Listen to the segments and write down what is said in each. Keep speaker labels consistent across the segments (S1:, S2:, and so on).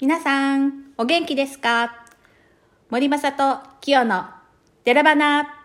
S1: 皆さん、お元気ですか森正と清のデラバナ。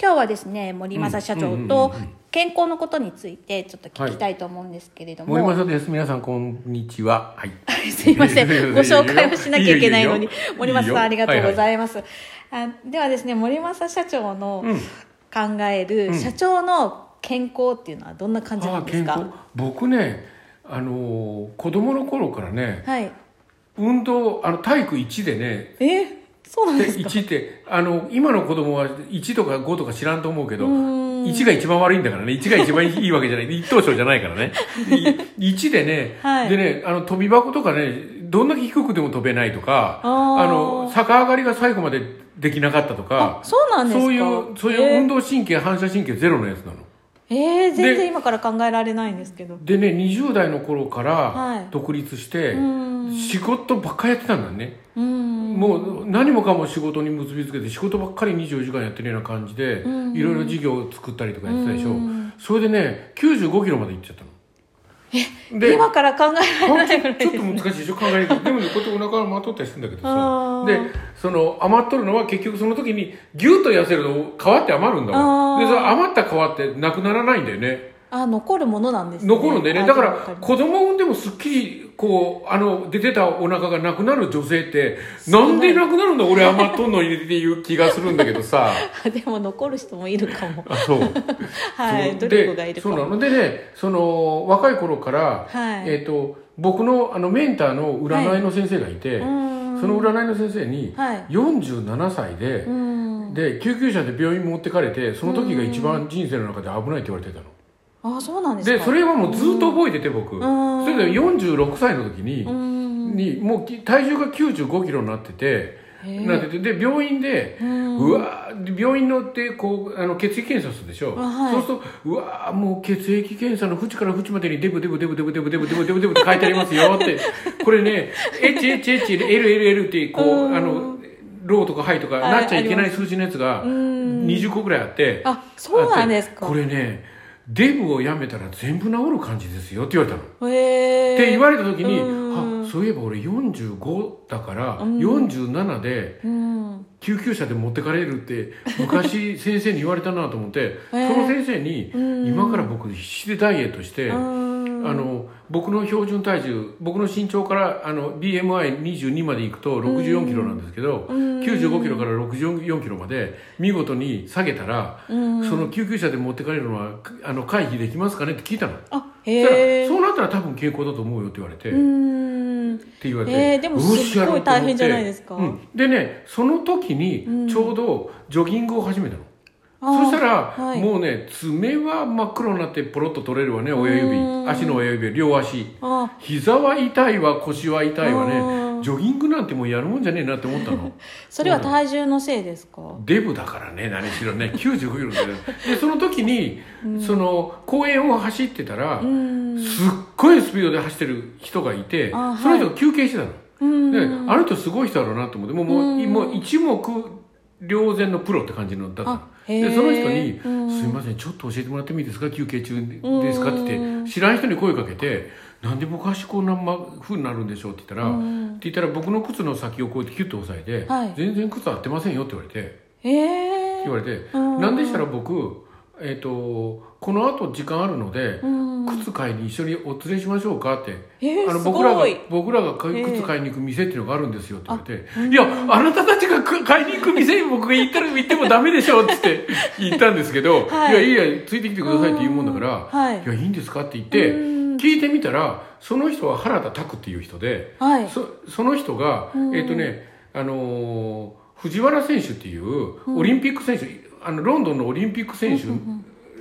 S1: 今日はですね、森正社長と健康のことについてちょっと聞きたいと思うんですけれども。
S2: 森正です。皆さん、こんにちは。は い。
S1: すいません。ご紹介をしなきゃいけないのに
S2: いいよいいよ。
S1: 森正さんありがとうござ
S2: い
S1: います。あではですね、森正社長の
S2: うん
S1: 考える、
S2: うん
S1: 社長の健康っていうのはどんな感
S2: ます
S1: じ
S2: あ
S1: な
S2: あ、
S1: んです
S2: 健康
S1: か。
S2: 僕ね、あのー子供の頃からね、
S1: はい。
S2: 運動、あの、体育1でね、
S1: え、そうなん
S2: で
S1: ですか。
S2: 1って、あの、今の子供は1とか5とか知らんと思うけど、
S1: うーん
S2: 1が一番悪いんだからね、1が一番いいわけじ ゃない、一等賞じゃないからね。1でね、
S1: はい
S2: でね、あの、飛び箱とかね、どんだけ低くでも飛べないとか、
S1: あー
S2: あの、逆上がりが最後までできなかったと
S1: あ
S2: か、
S1: そうなんですか。
S2: そういう、そういう運動神経、反射神経ゼロのやつなの。
S1: えーえー全
S2: で
S1: 然今から考えられないんですけど。
S2: でね、20代の頃か
S1: はい
S2: ら独立して、
S1: うーん
S2: 仕事ばっかりやってたんだね。
S1: うーん。
S2: もう何もかも仕事に結びつけて仕事ばっかり24時間やってるような感じで
S1: うん
S2: いろいろ事業を作ったりとかやってたでしょ
S1: うん
S2: それでね95キロまで行っちゃったので
S1: 今から考えられないぐらい
S2: ちょっ
S1: で
S2: と
S1: す。
S2: 難しいでしょ考えるけどでもねこうやってお腹がまとったりするんだけど
S1: あ
S2: さ
S1: ー
S2: でその余っとるのは結局その時にギュッと痩せると皮って余るんだ
S1: あ
S2: もん
S1: ー
S2: でその余った皮ってなくならないんだよね
S1: あ、残るものなんです、ね。
S2: 残るんだよねだか
S1: あわ
S2: ら
S1: ります
S2: 子供産んでもすっきりこうあの出てたお腹がなくなる女性ってなんでなくなるんだ俺余っとんのにっていう気がするんだけ どさ
S1: あでも残る人もいるかも。
S2: あそう
S1: は
S2: そ
S1: い。
S2: う
S1: 努力がい
S2: で
S1: るか
S2: そうな
S1: も。
S2: のでねその若い頃から、
S1: はい
S2: えっと僕のあのメンターの占いの先生がいて、
S1: うーん
S2: その占いの先生に
S1: はい
S2: 47歳で
S1: う、ーん。
S2: で救急車で病院持ってかれてその時が一番人生の中で危ないって言われてたの。
S1: あ、そうなんですか。
S2: でそれはもうずっと覚えてて僕
S1: ん
S2: それで46歳の時に
S1: うーん。
S2: にもうき体重が9 5キロになってて
S1: へえ
S2: なっててで病院で
S1: うーん
S2: うわーで病院のってこうあの血液検査するでしょ、
S1: あはい
S2: そうするとうわーもう血液検査の縁から縁までにデブデブデブデブデブデブデブデブデブって書いてありますよって これね HHHLLL ってこ
S1: う
S2: うんあのローとかハイとか
S1: はい
S2: なっちゃいけない数字のやつが
S1: うーん
S2: 20個ぐらいあって
S1: あそうなんですか
S2: あってこれねデブをやめたら全部治る感じですよって言われたの
S1: へえ
S2: って言われた時に、
S1: うん
S2: あそういえば俺45だから、
S1: うん
S2: 47で
S1: うん
S2: 救急車で持ってかれるって昔先生に言われたなと思って、
S1: え
S2: その先生に、
S1: うん
S2: 今から僕必死でダイエットして、
S1: う
S2: あ
S1: ん
S2: の僕の標準体重僕の身長からあの BMI22 までいくと6 4キロなんですけど、
S1: うん
S2: 9 5キロから6 4キロまで見事に下げたら、
S1: うん
S2: その救急車で持ってかれるのはあの回避できますかねって聞いたの。
S1: あ
S2: そしたら
S1: へえ
S2: そうなったら多分健康だと思うよって言われて、
S1: うーん
S2: って言われて、
S1: えーでも
S2: よし
S1: すっごい
S2: やろうと
S1: 大
S2: 思って
S1: 変じゃないですか
S2: うんでねその時
S1: うん
S2: にちょうどジョギングを始めたの、
S1: あ
S2: そしたら、
S1: はい
S2: もうね爪は真っ黒になってポロッと取れるわね親
S1: う
S2: 指
S1: ーん
S2: 足の親指両足
S1: あ
S2: 膝は痛いわ腰は痛いわ
S1: あー
S2: ねジョギングなんてもうやるもんじゃねえなって思った の
S1: それは体重のせいですか
S2: デブだからね何しろね95キロででその時に、その公園を走ってたら、
S1: うん
S2: すっごいスピードで走ってる人がいて
S1: あはい
S2: その人が休憩してたの、
S1: うん
S2: であの人すごい人だろうなと思ってもうもう,、
S1: うん
S2: もう一目瞭然のプロって感じのだったの
S1: あへー
S2: でその人に
S1: う
S2: 「
S1: ん
S2: すいませんちょっと教えてもらってもいいですか休憩中ですか?」って言
S1: う
S2: っ
S1: ん
S2: て知らん人に声かけて「なんで僕足こんなふうになるんでしょう?」って言ったら、
S1: う
S2: っ
S1: ん
S2: て言ったら僕の靴の先をこうやってキュッと押さえて「
S1: はい
S2: 全然靴合ってませんよ」って言われて
S1: へえ
S2: 言われて「
S1: うん
S2: なんでしたら僕、えー、とこのあと時間あるので、
S1: うん
S2: 靴買いに一緒にお連れしましょうか」って。
S1: えー
S2: あの
S1: す
S2: 僕らが
S1: ごい
S2: 僕らが買い
S1: ええ
S2: 靴買いに行く店っていうのがあるんですよって言われて「いやあなたたちがく買いに行く店に僕が行ったら行ってもダメでしょ」っつって言ったんですけど 「
S1: はい
S2: い、やいいやついてきてください」って言うもんだから「
S1: はい
S2: い、やいいんですか?」って言って
S1: うん
S2: 聞いてみたらその人は原田拓っていう人で
S1: はい
S2: そその人が
S1: うん
S2: えっ、とねあのー藤原選手っていうオリンピック選手、あのロンドンのオリンピック選手、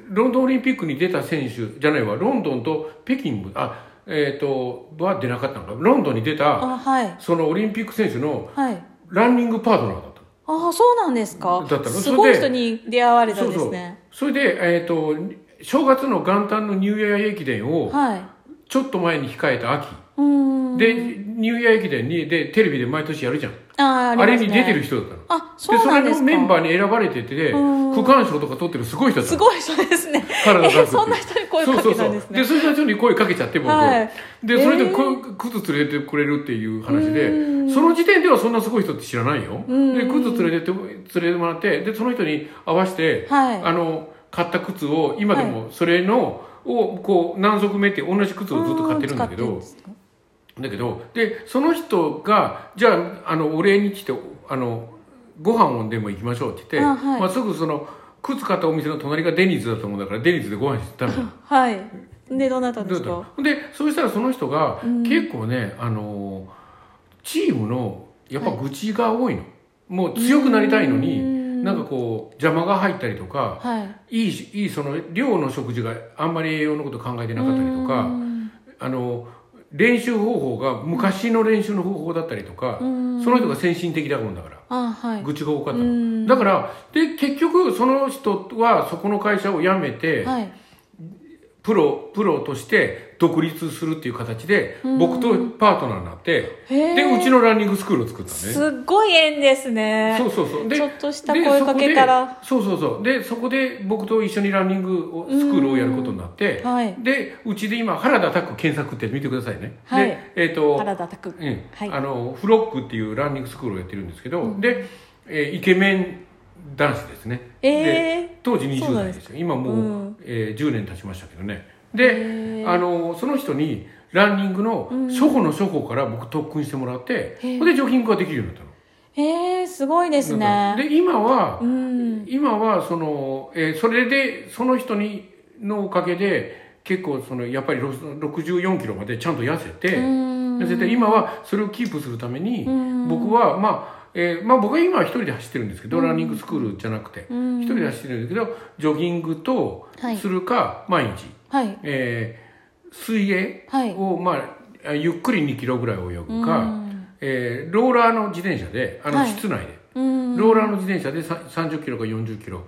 S2: ロンドンオリンピックに出た選手じゃないわロンドンと北京もあえっ、とは出なかったのかロンドンに出た
S1: あはい
S2: そのオリンピック選手の
S1: はい
S2: ランニングパートナーだった
S1: あそうなんですか
S2: だったの
S1: すごい
S2: そ
S1: 人
S2: れで
S1: に出会われた
S2: そ
S1: ん
S2: う
S1: で
S2: そ
S1: す
S2: う
S1: ね
S2: それで、えっと正月の元旦のニューイヤー駅伝を
S1: はい
S2: ちょっと前に控えた秋
S1: うん。
S2: でニューイヤー駅伝にでテレビで毎年やるじゃん
S1: あー
S2: あ,、
S1: あり
S2: れ
S1: ますね
S2: に出てる人だったの
S1: あ、そうなんですか。
S2: それのメンバーに選ばれてて
S1: うん
S2: 区間賞とか取ってるすごい人だった
S1: す
S2: の
S1: ごい人ですね。
S2: 原 田
S1: え、
S2: 拓
S1: そんな人に声をかけたんですね。
S2: そうそうそうでそういう人に声かけちゃって僕、
S1: はい
S2: でそれ
S1: え
S2: で
S1: ー
S2: こう靴連れてくれるっていう話で、
S1: うん
S2: その時点ではそんなすごい人って知らないよ、
S1: うん
S2: で靴連れてって連れてもらってでその人に合わせて、
S1: はい
S2: あの買った靴を今でもそれの、をこう何足目って同じ靴をずっと買ってるんだけ
S1: あー使ってる
S2: ど
S1: ですか
S2: だけどでその人がじゃああのお礼に来てあのご飯をでも行きましょうって言って
S1: あはい
S2: まあ、すぐその靴買ったお店の隣がデニーズだと思うんだからデニーズでご飯してたのよ
S1: はい。で、どうなったんで
S2: どう
S1: す
S2: だっ
S1: か
S2: たのでそうしたらその人が
S1: うん
S2: 結構ね、あのチームのやっぱ愚痴が多いの、もう強くなりたいの
S1: う
S2: に
S1: ん
S2: なんかこう邪魔が入ったりとか
S1: はい。
S2: いいいいその量の食事があんまり栄養のこと考えてなかったりと
S1: う
S2: か
S1: ん
S2: あの練習方法が昔の練習の方法だったりとか、
S1: うん
S2: その人が先進的だもんだから
S1: あ、はい。
S2: 愚痴が多かった
S1: う
S2: の
S1: ん
S2: だからで結局その人はそこの会社を辞めて、
S1: はい。
S2: プロプロとして独立するっていう形で
S1: うん
S2: 僕とパートナーになって、
S1: へー
S2: でうちのランニングスクールを作ったね
S1: すっごい縁ですね。
S2: そうそうそうで
S1: ちょっとした
S2: で
S1: 声かけから
S2: そこでそうそうそうでそこで僕と一緒にランニングをスクールをやることになって
S1: はい。
S2: でうちで今原田拓検索って見てくださいね、
S1: はい
S2: でえっ、と
S1: 原田拓。
S2: うん
S1: はい
S2: あのフロックっていうランニングスクールをやってるんですけど、で、えーイケメン男子ですね、
S1: え
S2: で当時
S1: そう
S2: 20
S1: なん
S2: 代
S1: で
S2: ですすよ今もう、
S1: うん
S2: えー10年経ちましたけどね
S1: へ
S2: で
S1: ー
S2: あのその人にランニングの
S1: うん
S2: 初歩の初歩から僕特訓してもらっ
S1: へ
S2: て、
S1: ー
S2: それでジョギングができるようになったの
S1: ー、えー、すごいです
S2: だから
S1: ね。
S2: で今は、
S1: うん。
S2: 今はその、えーそれでその人にのおかげで結構そのやっぱり64キロまでちゃんと痩せて、
S1: うん
S2: 痩せて今はそれをキープするために
S1: うん
S2: 僕はまあ、えーまあ僕は今は一人で走ってるんですけど、ランニングスクールじゃなくて
S1: うん
S2: 一人で走ってるんですけどジョギングと
S1: はい
S2: するか毎日、
S1: はい。
S2: えー水泳
S1: はい。
S2: をまあゆっくり2キロぐらい泳ぐ
S1: う
S2: か、
S1: ん
S2: えーローラーの自転車であの
S1: はい
S2: 室内で、
S1: うん。
S2: ローラーの自転車でさ30キロか40キロ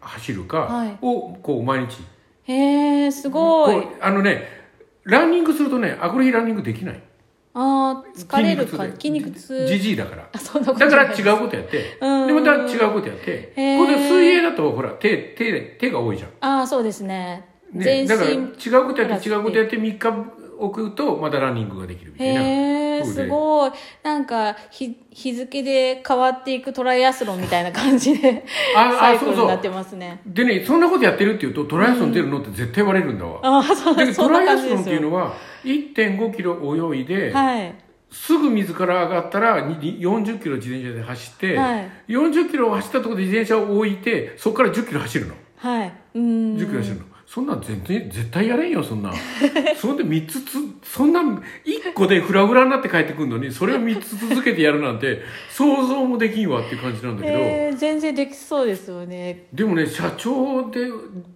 S2: 走る
S1: はい
S2: かをこう毎日、
S1: へえ、すご
S2: こ
S1: い。
S2: うあのねランニングするとねアクロヒランニングできない
S1: ああ、疲れる
S2: 痛
S1: か。
S2: で
S1: 筋肉
S2: じ
S1: 痛。
S2: じいだから
S1: あ、そんなこと
S2: だから違
S1: う。
S2: うことやってで
S1: うん
S2: また違うことやって
S1: へー
S2: これで水泳だとほら手手手が多いじゃん、
S1: ああ、そうですね。
S2: ね、
S1: 全
S2: だから違
S1: 身
S2: う。ことやって違うことやって3日置くとまたランニングができるみたいな
S1: へえ、
S2: そうです
S1: ごい。なんか、日、日付で変わっていくトライアスロンみたいな感じで、
S2: ああ
S1: サイクル
S2: そうそう
S1: になってますね。
S2: でねそんなことやってるっていうとトライアスロン出るのって絶対言われるんだわ、
S1: ああ、 そう
S2: だ
S1: な
S2: け
S1: ん
S2: ど
S1: そ
S2: ト
S1: んな
S2: ライア
S1: 感
S2: ス
S1: じ
S2: ロ
S1: で
S2: ンっ
S1: す
S2: ていう
S1: よ。
S2: のは1.5キロ泳いで、
S1: はい。
S2: すぐ水から上がったらにに40キロ自転車で走って、
S1: はい
S2: 40キロ走ったところで自転車を置いてそこから10キロ走るの
S1: はい。うん。
S2: 10キロ走るの、そんなん全然絶対やれんよそんなん そんで3つつそんなん1個でフラフラになって帰ってくるのにそれを3つ続けてやるなんて想像もできんわっていう感じなんだけど、
S1: えー、全然できそうですよね。
S2: でもね社長で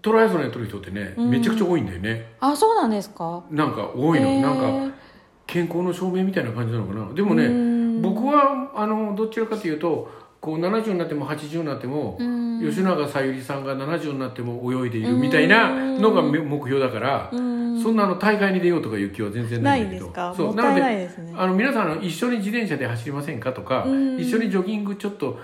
S2: トライアスロンやってる人ってね、
S1: うん
S2: めちゃくちゃ多いんだよね
S1: あ、そうなんですか
S2: なんか多いの、
S1: へー
S2: なんか健康の証明みたいな感じなのかなでもね、
S1: うん
S2: 僕はあのどちらかというとこう70になっても80になっても、
S1: うん
S2: 吉永小百合さんが70になっても泳いでいるみたいなのがめ目標だから、
S1: うん。
S2: そんなあの大会に出ようとかいう気は全然
S1: な
S2: ない
S1: い
S2: んだ
S1: ん
S2: け
S1: で
S2: ど
S1: すか
S2: そ
S1: も
S2: う
S1: ったい
S2: な
S1: な
S2: の
S1: い
S2: で
S1: ですね。
S2: あの皆さんあの一緒に自転車で走りませんかとか、
S1: うん
S2: 一緒にジョギングちょっと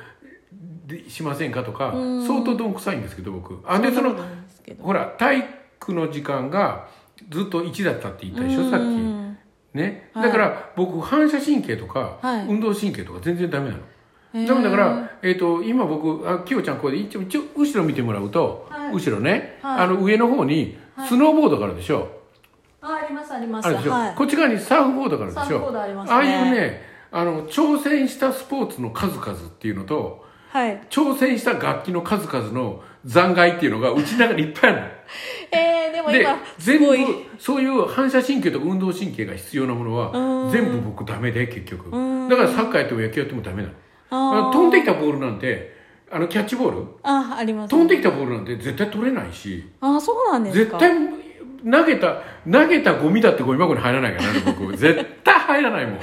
S2: でしませんかとか、
S1: うん
S2: 相当どんくさいんですけど僕あでその
S1: んなことないですけど
S2: ほら体育の時間がずっと1だったって言ったでしょ、さっ
S1: う
S2: き。
S1: ん
S2: ね、
S1: はい
S2: だから僕反射神経とか、
S1: はい
S2: 運動神経とか全然ダメなの、
S1: へー
S2: ダメだから、えー、と今僕あきよちゃんここで一応一応後ろ見てもらうと、
S1: はい
S2: 後ろね、
S1: はい
S2: あの上の方にスノーボードがあるでしょ、
S1: あ、ありますあります。
S2: あるでしょ、
S1: はい。
S2: こっち側にサーフボードがあるでしょ
S1: サーフボードありますね
S2: ああいうねあの挑戦したスポーツの数々っていうのと
S1: はい。
S2: 挑戦した楽器の数々の残骸っていうのがうちの中にいっぱいあるの
S1: えー、でも
S2: で
S1: 今、す
S2: 全
S1: ご
S2: 部
S1: い。
S2: そういう反射神経とか運動神経が必要なもの
S1: うん
S2: は全部僕ダメで結局
S1: うん
S2: だからサッカーやっても野球やってもダメなのあ
S1: あ
S2: の
S1: ー
S2: 飛んできたボールなんてあのキャッチボール
S1: あ、あります。
S2: 飛んできたボールなんて絶対取れないし
S1: あ、そうなんです
S2: 絶
S1: か
S2: 対投げた投げたゴミだってゴミ箱に入らないからね僕絶対入らないもん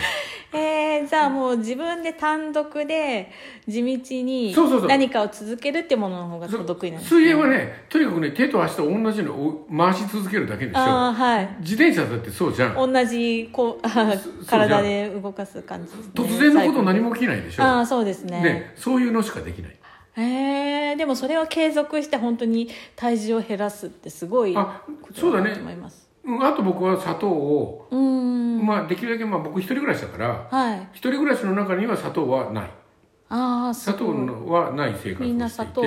S1: えー、れじゃあもう自分で単独で地道に
S2: そうそうそう
S1: 何かを続けるってものの方が
S2: そう
S1: お得意なんです
S2: 水泳はねとにかくね手と足と同じのを回し続けるだけでし
S1: あ
S2: ょ
S1: あはい
S2: 自転車だってそうじゃん
S1: 同じこう
S2: う
S1: 体で動かす感じですね
S2: 突然のこと何も起きないでしょ
S1: ああそうですね
S2: ねそういうのしかできない
S1: へえでもそれを継続して本当に体重を減らすってすごい
S2: あ
S1: こと
S2: そうだ
S1: だ
S2: ね
S1: なと思います
S2: うんあと僕は砂糖を、
S1: う,、ん
S2: まあできるだけまあ僕一人暮らしだから
S1: はい
S2: 一人暮らしの中には砂糖はない
S1: ああす
S2: 砂
S1: ごい
S2: 糖はない生活をしていて
S1: みんな砂糖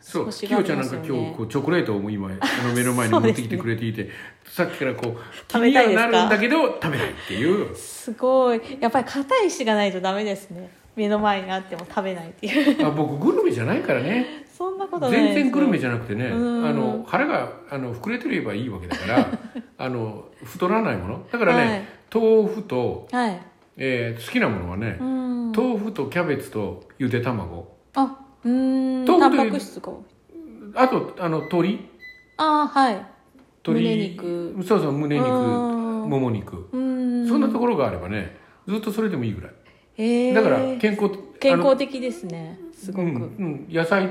S2: そう、
S1: 少し
S2: き
S1: があ
S2: よ
S1: り
S2: ちゃ
S1: ま
S2: んなん
S1: す
S2: か
S1: よね
S2: 今日こうチョコレートをもう今あの目の前 に
S1: そう
S2: 持
S1: で
S2: っ
S1: す
S2: て
S1: ね
S2: きてくれていて、さっきからこう気
S1: 食べ
S2: に
S1: たい
S2: は
S1: ですか
S2: なるんだけど食べないっ ていう
S1: すごいやっぱり硬い石がないとダメですね目の前にあっても食べないっていう
S2: あ僕グルメじゃないからね
S1: そんなことないです
S2: 全然グルメじゃなくてねあ
S1: うん
S2: の腹があの膨れてればいいわけだから あの太らないものだからね、
S1: はい
S2: 豆腐と、
S1: はい
S2: えー好きなものはね
S1: う、ん
S2: 豆腐とキャベツとゆで卵
S1: あうん
S2: 豆
S1: タン
S2: 腐という
S1: パク質が多い
S2: あとあの鶏
S1: ああはい
S2: 鶏
S1: 胸肉
S2: そうそう胸肉
S1: うん
S2: もも肉
S1: うん
S2: そんなところがあればねずっとそれでもいいぐらい
S1: へえ
S2: だから健康
S1: 健
S2: あの
S1: 康的ですねすご
S2: う
S1: く
S2: んうん、野菜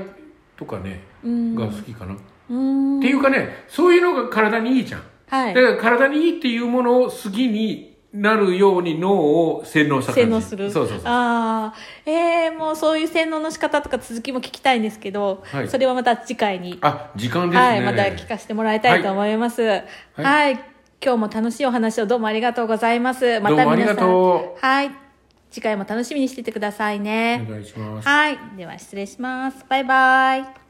S2: とかね
S1: うん
S2: が好きかな、っ
S1: うん
S2: ていうかねそういうのが体にいいじゃん、
S1: は
S2: だ
S1: い
S2: から体にいいっていうものを好きになるように脳を洗脳した感じ
S1: 洗脳する
S2: そうそうそう
S1: ああええもうそういう洗脳の仕方とか続きも聞きたいんですけど、
S2: はい
S1: それはまた次回に
S2: あ時間ですね、
S1: はい、また聞かせてもらいたいと思います。はい、
S2: い
S1: 今日も楽しいお話をどうもありがとうございます。また
S2: どうもあり
S1: 皆さ
S2: が
S1: ん、
S2: と
S1: はい、次回も楽しみにしててくださいね。
S2: お願いします
S1: はい、では失礼します。バイバイ。